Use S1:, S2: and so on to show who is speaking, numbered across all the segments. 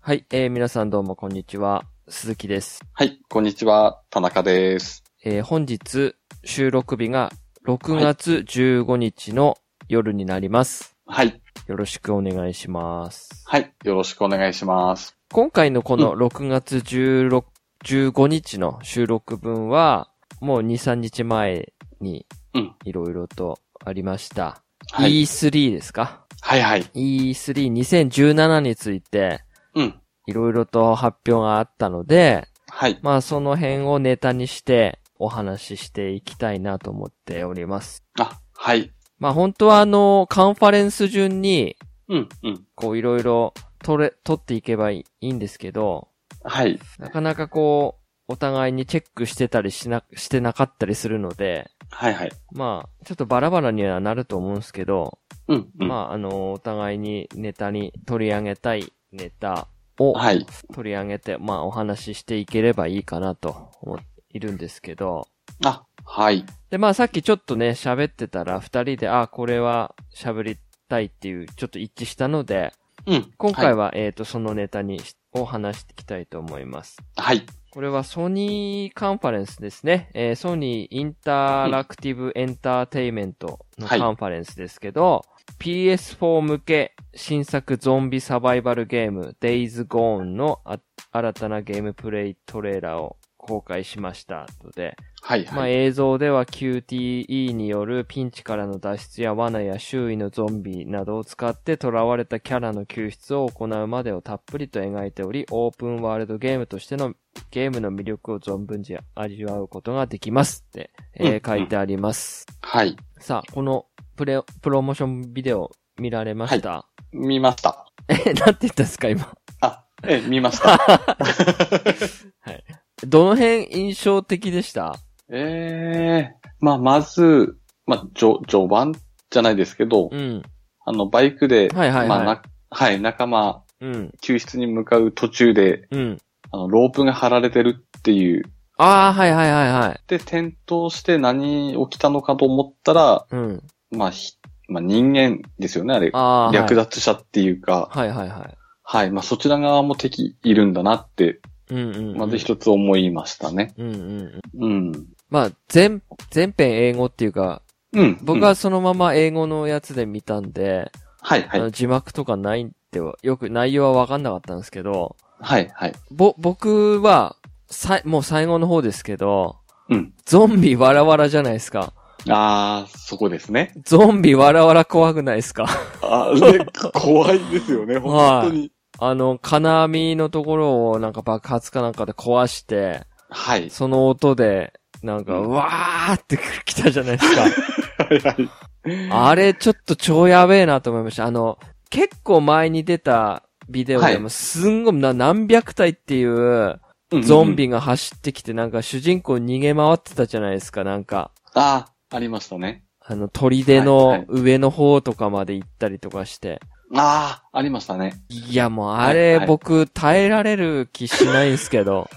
S1: はい、えー皆さんどうもこんにちは。鈴木です。
S2: はい、こんにちは、田中です。
S1: えー本日収録日が6月15日の夜になります。
S2: はい、
S1: よろしくお願いします。
S2: はい、よろしくお願いします。
S1: 今回のこの6月16 15日の収録分は、もう2、3日前に
S2: うん
S1: いろいろとありました。
S2: はい、
S1: E3 ですか
S2: はい、はい。
S1: E32017 について
S2: うん、
S1: いろいろと発表があったので、
S2: はい、
S1: まあその辺をネタにしてお話ししていきたいなと思っております。
S2: あ、はい、
S1: まあ本当はあの、カンファレンス順に、
S2: うん、うん、
S1: こういろいろ取れ、取っていけばいいんですけど、
S2: はい、
S1: なかなかこう、お互いにチェックしてたりしな、してなかったりするので、
S2: はい、はい。
S1: まあ、ちょっとバラバラにはなると思うんですけど、
S2: うん、うん、
S1: まあ、あの、お互いにネタに取り上げたいネタを
S2: はい、
S1: 取り上げて、まあ、お話ししていければいいかなと思っているんですけど、
S2: あ、はい、
S1: で、まあさっきちょっとね、喋ってたら、二人で、あ、これは喋りたいっていう、ちょっと一致したので、
S2: うん、
S1: 今回
S2: は
S1: は、えっ、と、そのネタにし、を話していきたいと思います。
S2: い、はい、
S1: これはソニーカンファレンスですね。えーソニーインタラクティブエンターテイメントのカ
S2: はい
S1: ンファレンスですけど、PS4 向け新作ゾンビサバイバルゲーム Days Gone のあ新たなゲームプレイトレーラーを公開しましたので、
S2: はい、
S1: まあ、
S2: はい、
S1: 映像では QTE によるピンチからの脱出や罠や周囲のゾンビなどを使って囚われたキャラの救出を行うまでをたっぷりと描いており、オープンワールドゲームとしてのゲームの魅力を存分に味わうことができますって、えー
S2: うん
S1: 書いてあります。
S2: はい。
S1: さあ、このプレ、プロモーションビデオ見られました、
S2: 見ました。
S1: え、なんて言ったんですか今。
S2: あ、え、見 ました。
S1: どの辺印象的でした
S2: ええまあ、まず、まあ、じょ序盤じゃないですけど
S1: う、ん。
S2: あの、バイクで、
S1: はいはいはい
S2: まあ、なはい、仲間、
S1: うん。
S2: 救出に向かう途中で、
S1: うん。
S2: あの、ロープが張られてるっていう。
S1: ああ、はいはいはいはい。
S2: で、転倒して何起きたのかと思ったら、
S1: うん。
S2: まあ、ひまあ、人間ですよね、あれ。
S1: ああ。
S2: 略奪者っていうか、
S1: はいはいはい。
S2: はい。まあ、そちら側も敵いるんだなって、
S1: うんうん、うん。
S2: まず一つ思いましたね。
S1: うんうんうん。
S2: うん。
S1: まあ、全、全編英語っていうか、
S2: うん。
S1: 僕
S2: うん
S1: はそのまま英語のやつで見たんで、
S2: はい、は
S1: あの
S2: い。
S1: 字幕とかないんでは、よく内容はわかんなかったんですけど、
S2: はい、はい。
S1: ぼ、僕は、さい、もう最後の方ですけど、
S2: うん。
S1: ゾンビわらわらじゃないですか。
S2: あー、そこですね。
S1: ゾンビわらわら怖くないですか。
S2: あー、ね、怖いですよね、
S1: はい
S2: 本当に。
S1: あの、金網のところをなんか爆発かなんかで壊して、
S2: はい。
S1: その音で、なんか、
S2: うん
S1: わーって来たじゃないですか。
S2: はい、はい。
S1: あれ、ちょっと超やべえなと思いました。あの、結構前に出たビデオでも、すんごいな何百体っていう
S2: うん
S1: ゾン。ビが走ってきて、なんか主人公逃げ回ってたじゃないですか、なんか。
S2: あー、ありましたね。
S1: あの、砦
S2: はいは
S1: の
S2: い
S1: 上の方とかまで行ったりとかして。
S2: あー、ありましたね。
S1: いや、もうあ
S2: はい
S1: れ
S2: は、い
S1: 僕、耐えられる気しないんすけ ど。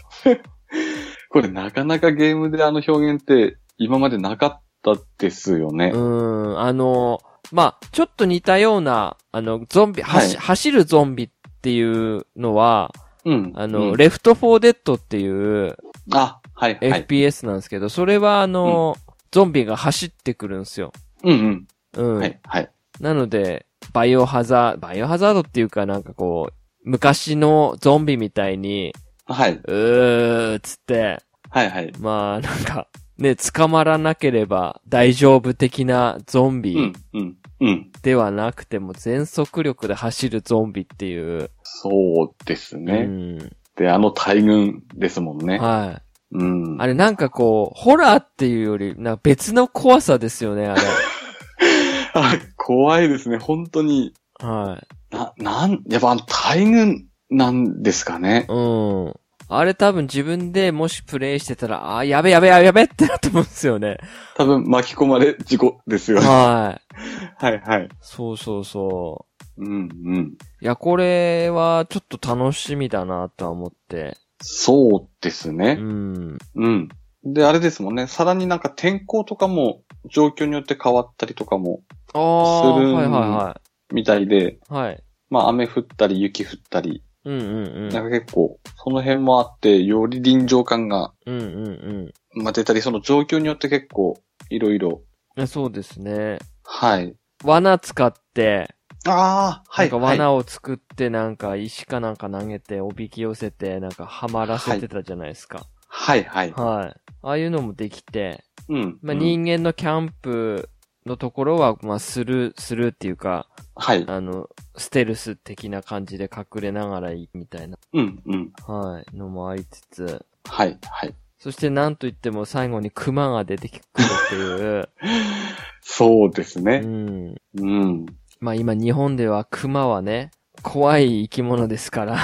S2: これなかなかゲームであの表現って今までなかったですよね
S1: う。ーん、あの、まあ、ちょっと似たような、あの、ゾンビ、はし
S2: は
S1: 走るゾンビっていうのは、
S2: うん。
S1: あ
S2: う
S1: の、
S2: ん
S1: レフトフォーデッドっていう、
S2: あ、はい、はい。
S1: FPS なんですけど、それはあの、ゾンビが走ってくるんですよ。
S2: うん
S1: うん。
S2: うん。はい、はい。
S1: なので、バイオハザード、バイオハザードっていうかなんかこう、昔のゾンビみたいに、
S2: はい、
S1: うーっつって、
S2: はい、はい。
S1: まあなんか、ね、捕まらなければ大丈夫的なゾン
S2: う
S1: ビ
S2: ん、うん、うん。
S1: ではなくても全速力で走るゾンビっていう。
S2: そうです
S1: う
S2: ね。
S1: ん。
S2: で、あの大群ですもんね。
S1: はい。
S2: うん。
S1: あれなんかこう、ホラーっていうより、なんか別の怖さですよね、 あれ。
S2: あ怖いですね、本当に。
S1: はい。
S2: な、なん、やっぱあの大群なんですかね。
S1: うん。あれ多分自分でもしプレイしてたら、あー、やべやべやべってなって思うんですよ ね。
S2: 多分巻き込まれ事故ですよ。
S1: はい。
S2: はい、はい。
S1: そうそうそ
S2: うん、うん。
S1: う。いや、これはちょっと楽しみだなとは思って。
S2: そうですね。
S1: うん。
S2: うん。で、あれですもんね。さらになんか天候とかも状況によって変わったりとかも、
S1: ああ、
S2: する
S1: はいは
S2: みたいで、
S1: いはい。はい。
S2: まあ雨降ったり雪降ったり
S1: うんうんうん。
S2: なんか結構、その辺もあって、より臨場感が、
S1: うんうん
S2: まあ、出たり、その状況によって結構、いろいろ、
S1: うん。そうですね。
S2: はい。
S1: 罠使って、
S2: ああ、は
S1: なん
S2: い。
S1: か
S2: はい
S1: 罠を作ってなんか石かなんか投げておびき寄せてなんかはまらせてたじゃないですか。
S2: はい、はい。
S1: はい。ああいうのもできて、
S2: うん。
S1: まあ、
S2: うん
S1: 人間のキャンプのところは、まあ、スルー、スルーっていうか、
S2: はい。
S1: あの、ステルス的な感じで隠れながらいいみたいな、
S2: うん、うん。
S1: はい、のもありつつ、
S2: はい、はい。
S1: そしてなんといっても最後に熊が出てくるって いう、
S2: そうです
S1: う
S2: ね。
S1: ん。
S2: うん。
S1: まあ今日本では熊はね、怖い生き物ですから、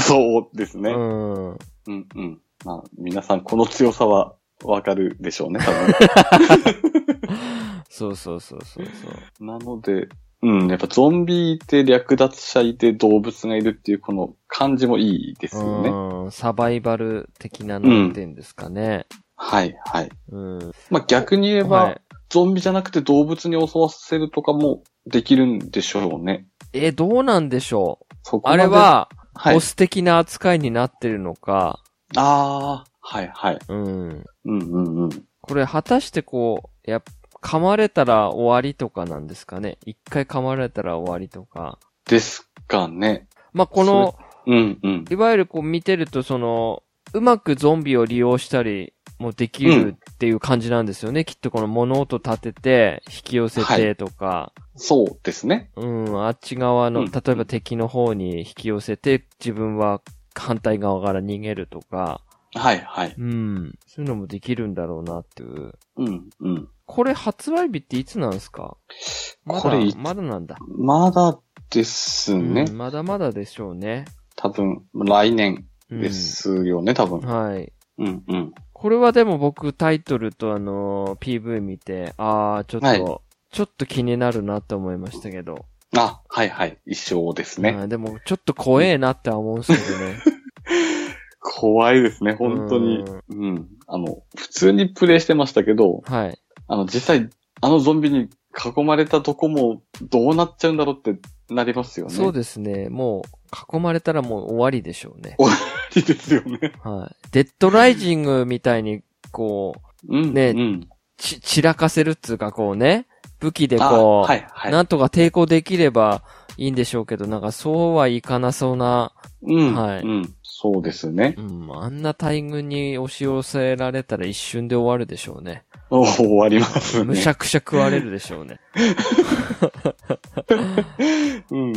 S2: そうですね。
S1: うん。
S2: うん、うん。まあ、皆さん、この強さは、わかるでしょうね、多分。
S1: そうそうそうそうそう。
S2: なので、うん、やっぱゾンビいて、略奪者いて、動物がいるっていう、この感じもいいですよね。
S1: うん、サバイバル的ななんていうんですかね。
S2: はい、はい。
S1: うん。
S2: まあ、逆に言えば、
S1: はい、
S2: ゾンビじゃなくて動物に襲わせるとかもできるんでしょうね。
S1: え、どうなんでしょう
S2: そこ
S1: あ
S2: まで
S1: れ、は、
S2: はい
S1: ボ。ス的な扱いになってるのか、
S2: ああ、はい、はい。
S1: うん。
S2: うん、うん、うん。
S1: これ果たしてこう、やっ噛まれたら終わりとかなんですかね。一回噛まれたら終わりとか。
S2: ですかね。
S1: まあ、この、
S2: うん、うん。
S1: いわゆるこう見てるとその、うまくゾンビを利用したりもできるっていう感じなんですよね。きっとこの物音立てて、引き寄せてとか。
S2: そうですね。
S1: うん、あっち側
S2: う
S1: の、
S2: ん
S1: 例えば敵の方に引き寄せて、自分は反対側から逃げるとか、
S2: はい、はい。
S1: うん、そういうのもできるんだろうなっていう。
S2: うん、うん。
S1: これ発売日っていつなんですかまだ、
S2: これい
S1: まだなんだ。
S2: まだですね。
S1: うんまだまだでしょうね。
S2: 多分、来年
S1: うん、
S2: ですよね、多分。
S1: はい。
S2: うん、うん。
S1: これはでも僕タイトルとあのー PV 見て、あー、ちょっと、
S2: はい
S1: ちょっと気になるなと思いましたけど。
S2: あ、はい、はい。一生ですね。
S1: うんでも、ちょっと怖えなっては思うんですけどね。
S2: 怖いですね、 本当に。うん。あの、普通にプレイしてましたけど、
S1: はい。
S2: あの、実際、あのゾンビに囲まれたとこもどうなっちゃうんだろうってなりますよね。
S1: そうですね。もう、囲まれたらもう終わりでしょうね。
S2: す。ですよね。
S1: はい。デッドライジングみたいに、こう、
S2: うん。
S1: ね
S2: うん。
S1: ち、散らかせるっつうか、こうね、武器で
S2: あ
S1: こう、
S2: はい、はい。
S1: なんとか抵抗できればいいんでしょうけど、なんかそうはいかなそうな、
S2: うん、
S1: はい
S2: うん。そうですね。
S1: うん、あんな大群に押し寄せられたら一瞬で終わるでしょうね。
S2: お終わりますね。
S1: むしゃくしゃ食われるでしょうね。
S2: うん、うん、 う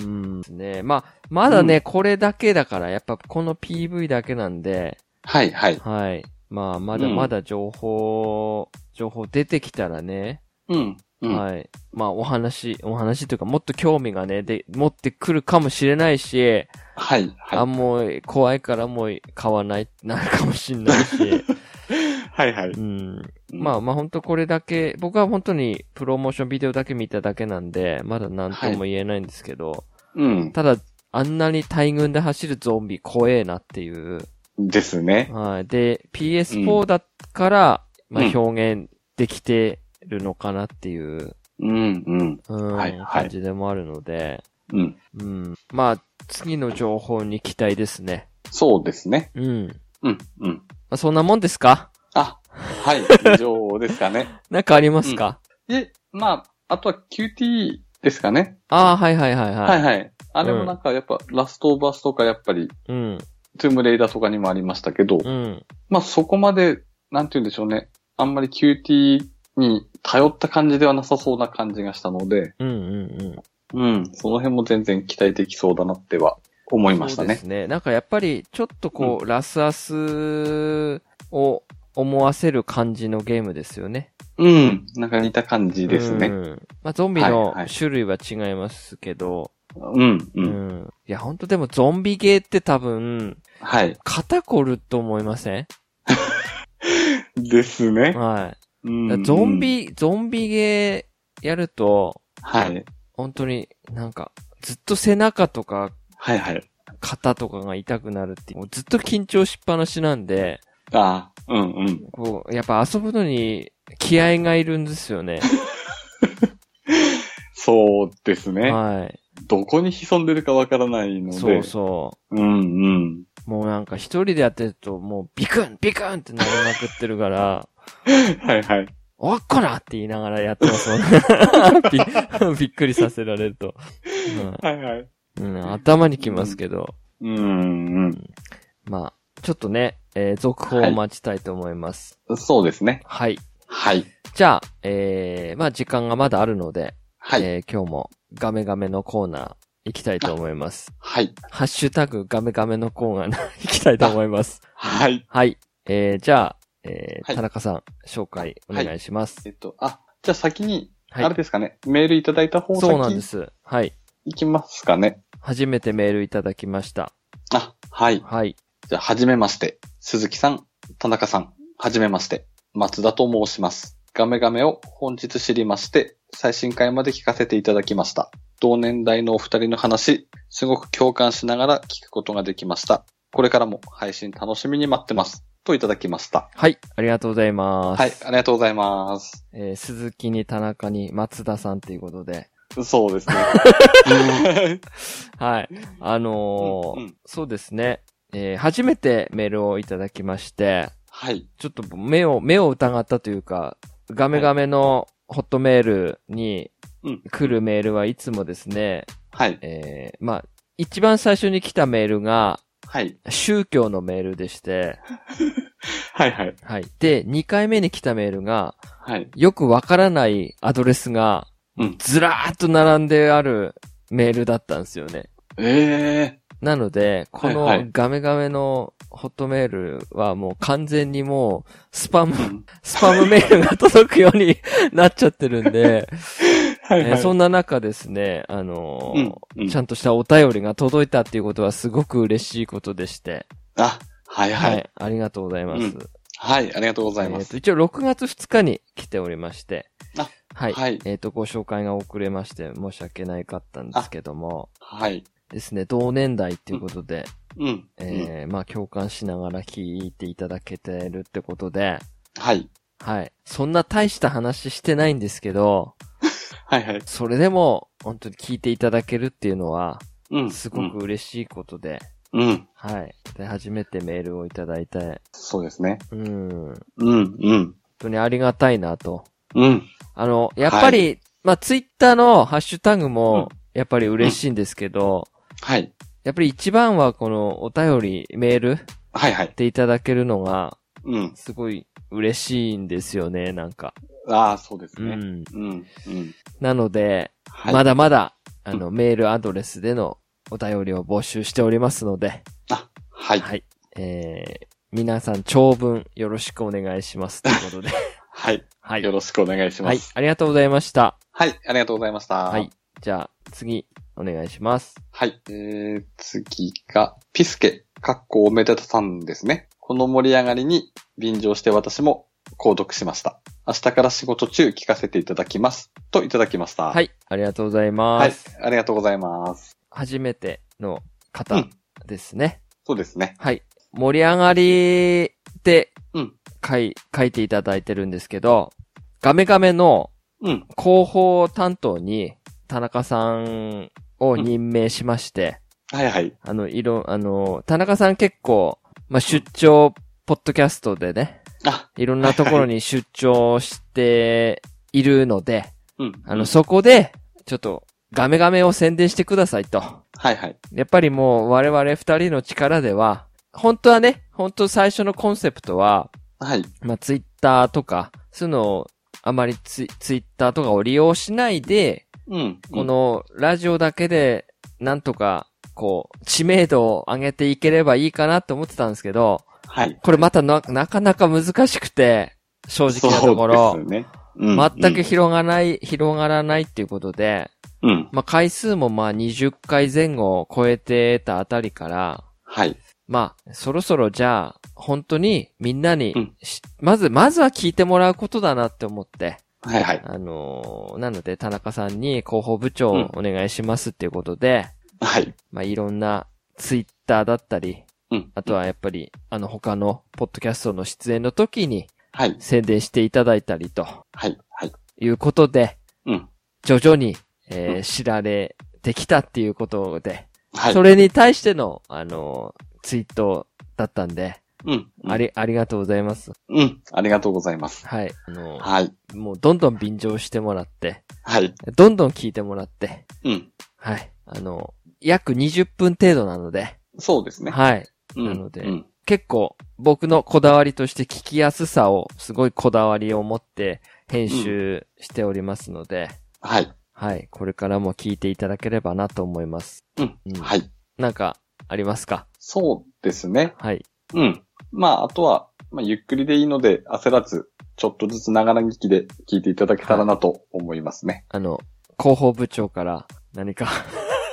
S2: ん。
S1: うん。ねまあ、まだね、これだけだから、やっぱこの PV だけなんで、
S2: はい、はい。
S1: はい。まあ、まだ
S2: うん
S1: まだ情報、情報出てきたらね、
S2: うん。うん。
S1: はい。まあ、お話、お話というか、もっと興味がね、で、持ってくるかもしれないし、
S2: はい、はい。
S1: あ、もう、怖いからもう買わない、なるかもしれない し、
S2: はい、はい。
S1: うん。まあ、まあ、本当これだけ、僕は本当にプロモーションビデオだけ見ただけなんで、まだ何とも言えないんですけど、
S2: うん。
S1: ただ、あんなに大群で走るゾンビ怖えなっていう。
S2: ですね。
S1: はい。で、PS4 だから、
S2: ん
S1: ま
S2: う
S1: あ、
S2: ん
S1: 表現できてるのかなっていう、
S2: うん、うん。
S1: うん、
S2: はいはい
S1: 感じでもあるので、
S2: うん。
S1: うん。まあ、次の情報に期待ですね。
S2: そうですね。
S1: うん。ま
S2: うん、うん。
S1: あ、そんなもんですか
S2: あ、 はい。以上ですかね。
S1: なんかありますか、
S2: で、まあ、あとは QT ですかね。
S1: ああ、はいはいはいはい。
S2: はいはい。あれもなんかやっぱ、ラストオーバースとかやっぱり、
S1: うん。
S2: トゥームレイダーとかにもありましたけど、
S1: うん。
S2: まあそこまで、なんて言うんでしょうね。あんまり QT に頼った感じではなさそうな感じがしたので、
S1: うんうんうん。
S2: うん、その辺も全然期待できそうだなっては思いまし
S1: そ
S2: た
S1: うで
S2: ね
S1: す。ね。なんかやっぱり、ちょっとこう、ラスアスを思わせる感じのゲームですよね。
S2: うん、なんか似た感じです
S1: う
S2: ね。
S1: んまあ、ゾンビの
S2: はいはい
S1: 種類は違いますけど、
S2: うん、
S1: う
S2: う、
S1: んん。いや、ほんとでもゾンビゲーって多分、
S2: はい。
S1: 肩こると思いません
S2: ですね。
S1: は
S2: う
S1: い。
S2: ん
S1: だからゾン、ビ、ゾンビゲーやると、
S2: はい。
S1: 本当になんか、ずっと背中とか
S2: はいはい。
S1: 肩とかが痛くなるっていう、もうずっと緊張しっぱなしなんで、
S2: ああ、うん、うん。
S1: こう、やっぱ遊ぶのに気合がいるんですよね。
S2: そうですね。
S1: はい。
S2: どこに潜んでるかわからないので。
S1: そうそ
S2: うんうん。
S1: う。もうなんか一人でやってると、もうビクンビクンってなりまくってるから、
S2: はいはい。
S1: おっこらって言いながらやってますもんねび びっくりさせられると。
S2: はいはい。
S1: うん、うん頭にきますけど。
S2: うんうん。
S1: まあ、ちょっとね、えー続報を待ちたいと思います。
S2: そうですね。
S1: はい。
S2: はい。
S1: じゃあ、えー、まあ時間がまだあるので、
S2: はい。
S1: えー今日もガメガメのコーナー行きたいと思います。
S2: はい。
S1: ハッシュタグガメガメのコーナ ー行きたいと思います。
S2: はい。
S1: はい。えー、じゃあ、えー
S2: はい
S1: 田中さん、紹介お願いします。
S2: えっと、あ、じゃあ先に、
S1: はい。
S2: あれですかね。メールいただいた方
S1: そうなんで
S2: 先
S1: す。はい。
S2: いきますかね。
S1: 初めてメールいただきました。
S2: あ、はい。
S1: はい。
S2: じゃあ、はじめまして。鈴木さん、田中さん、はじめまして。松田と申します。ガメガメを本日知りまして、最新回まで聞かせていただきました。同年代のお二人の話、すごく共感しながら聞くことができました。これからも配信楽しみに待ってます。といただきました。
S1: はい。ありがとうございます。
S2: はい、ありがとうございます。
S1: えー鈴木に田中に松田さんということで。
S2: そうですね。
S1: はい。あのー
S2: うんうん
S1: そうですね。えー初めてメールをいただきまして、
S2: はい、
S1: ちょっと目を、目を疑ったというか、ガメガメのホットメールに
S2: うん
S1: 来るメールはいつもですね、
S2: はい、
S1: えーまあ、一番最初に来たメールが、
S2: はい、
S1: 宗教のメールでして、
S2: はい、はい、
S1: はい。で、2回目に来たメールが、
S2: はい。
S1: よくわからないアドレスが
S2: うん、
S1: ずらーっと並んであるメールだったんですよね。
S2: え
S1: なので、この
S2: はいはい
S1: ガメガメのホットメールはもう完全にもう、スパム
S2: え、ー。
S1: スパムメールが届くようになっちゃってるん で、
S2: は
S1: えーそんな中ですね、あのー
S2: うんうん
S1: ちゃんとしたお便りが届いたっていうことはすごく嬉しいことでして、
S2: あ、はい、
S1: は、
S2: はいい、
S1: ありがとうございます。
S2: うんはい、ありがとうございま
S1: えーと
S2: す。
S1: 一応6月2日に来ておりまして、
S2: あ
S1: はい、
S2: はい
S1: えっ、と、ご紹介が遅れまして申し訳ないかったんですけども、
S2: はい。
S1: ですね、同年代っていうことで、
S2: うん。うん
S1: えーまあ共感しながら聞いていただけてるってことで、
S2: はい。
S1: はい。そんな大した話してないんですけど、
S2: はいはい。
S1: それでも、本当に聞いていただけるっていうのは、
S2: うん。
S1: すごく。嬉しいことで、
S2: うん。
S1: はい。で、初めてメールをいただいて、
S2: そうですね。
S1: うん、本
S2: うん。うん。
S1: 当にありがたいなと。
S2: うん。
S1: あの、やっぱり、まあ、ツイッターのハッシュタグも、やっぱり嬉しいんですけど、
S2: はい。
S1: やっぱり一番はこのお便り、メール
S2: はいはい。
S1: でいただけるのが、
S2: うん。
S1: すごい嬉しいんですよね、なんか。
S2: ああ、そうです
S1: う
S2: ね。
S1: ん。
S2: うん。うん。
S1: なので、
S2: はい。
S1: ま。だまだ、あの、メールアドレスでのお便りを募集しておりますので、
S2: あ、はい。
S1: はい。えー、皆さん長文よろしくお願いします。ということ で。
S2: はい。
S1: はい。
S2: よろしくお願いしま
S1: はい
S2: す。。
S1: ありがとうございました。
S2: はい。ありがとうございました。
S1: はい。。じゃあ、次、お願いします。
S2: はい。えー、次が、ピスケ、かっこおめでたさんですね。この盛り上がりに便乗して私も購読しました。明日から仕事中聞かせていただきます。といただきました。。
S1: はいい。ありがとうございま
S2: はい
S1: す。。
S2: ありがとうございます。
S1: 初めての
S2: う
S1: 方
S2: ん。
S1: ですね。
S2: そうですね。
S1: はい。盛り上がりって
S2: うん
S1: 書い、書いていただいてるんですけど、ガメガメの
S2: うん。
S1: 広報担当に田中さんを任命しまして、
S2: はいはい。
S1: あの、いろ、あの、田中さん結構、まあ、出張、ポッドキャストでね、
S2: あ、
S1: いろんなところに出張しているので、
S2: うん。
S1: あの、そこで、ちょっと、ガメガメを宣伝してくださいと。
S2: はいはい。
S1: やっぱりもう、我々二人の力では、本当はね、本当最初のコンセプトは、
S2: はい。
S1: まあ、ツイッターとか、そういうのを、あまりツイツイッターとかを利用しないで、
S2: うん。
S1: このラジオだけで、なんとか、こう、知名度を上げていければいいかなと思ってたんですけど、
S2: はい。
S1: これまたな、なかなか難しくて、正直なとこ
S2: そ
S1: ろ
S2: う、ですね。
S1: 全く広がらない、広がらないっていうことで、
S2: うん。うん。
S1: まあ、回数もまあ20回前後を超えてたあたりから、
S2: はい。
S1: まあ、そろそろじゃあ、本当にみんな
S2: う
S1: に
S2: ん
S1: し、まず、まずは聞いてもらうことだなって思って、
S2: はいはい。
S1: あのーなので田中さんに広報部長をお願いしますっていうことで、
S2: はい。
S1: まあいろんなツイッターだったり、
S2: うん。
S1: あとはやっぱり、あの他のポッドキャストの出演の時に
S2: はい。
S1: 宣伝していただいたりと
S2: はい。はい。
S1: いうことで、
S2: うん。
S1: 徐々に、えー
S2: うん
S1: 知られってきたっていうことで、
S2: はい。
S1: それに対しての、あの、ツイートだったんで、
S2: うん。うん
S1: あり、ありがとうございます。
S2: うん。ありがとうございます。
S1: はい。あの、
S2: はい。
S1: もうどんどん便乗してもらって、
S2: はい。
S1: どんどん聞いてもらって、
S2: うん。
S1: はい。あの、約20分程度なので、
S2: そうですね。
S1: はい。
S2: うん
S1: なので
S2: うん。
S1: 結構僕のこだわりとして聞きやすさを、すごいこだわりを持って編集しておりますので、
S2: はい。
S1: はい。これからも聞いていただければなと思います。
S2: うん
S1: うん。
S2: はい。
S1: なんか、ありますか
S2: そうですね。
S1: はい。
S2: うん。まあ、あとは、まあ、ゆっくりでいいので、焦らず、ちょっとずつながら聞きで聞いていただけたらなと思いますね。
S1: あの、広報部長から何か。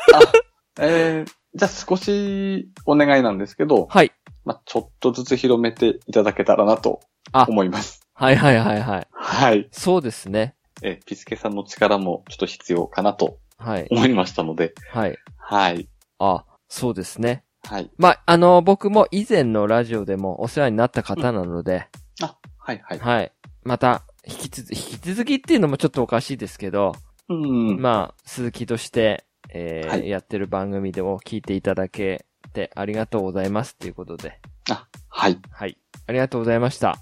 S2: えー、じゃあ少しお願いなんですけど、
S1: はい。
S2: まあ、ちょっとずつ広めていただけたらなと
S1: あ
S2: 思います。
S1: はいはいはいはい。
S2: はい。
S1: そうですね。
S2: えー、ピスケさんの力もちょっと必要かなと
S1: はい。
S2: 思いましたので、
S1: はい。
S2: はい。
S1: あ、そうですね。
S2: はい。
S1: まあ、あの、僕も以前のラジオでもお世話になった方なので、
S2: あ、はい、はい。
S1: はい。また、引き続き、引き続きっていうのもちょっとおかしいですけど、
S2: うん。
S1: まあ、鈴木として、えー
S2: はい
S1: やってる番組でも聞いていただけてありがとうございますっていうことで、
S2: あ、はい。
S1: はい。ありがとうございました。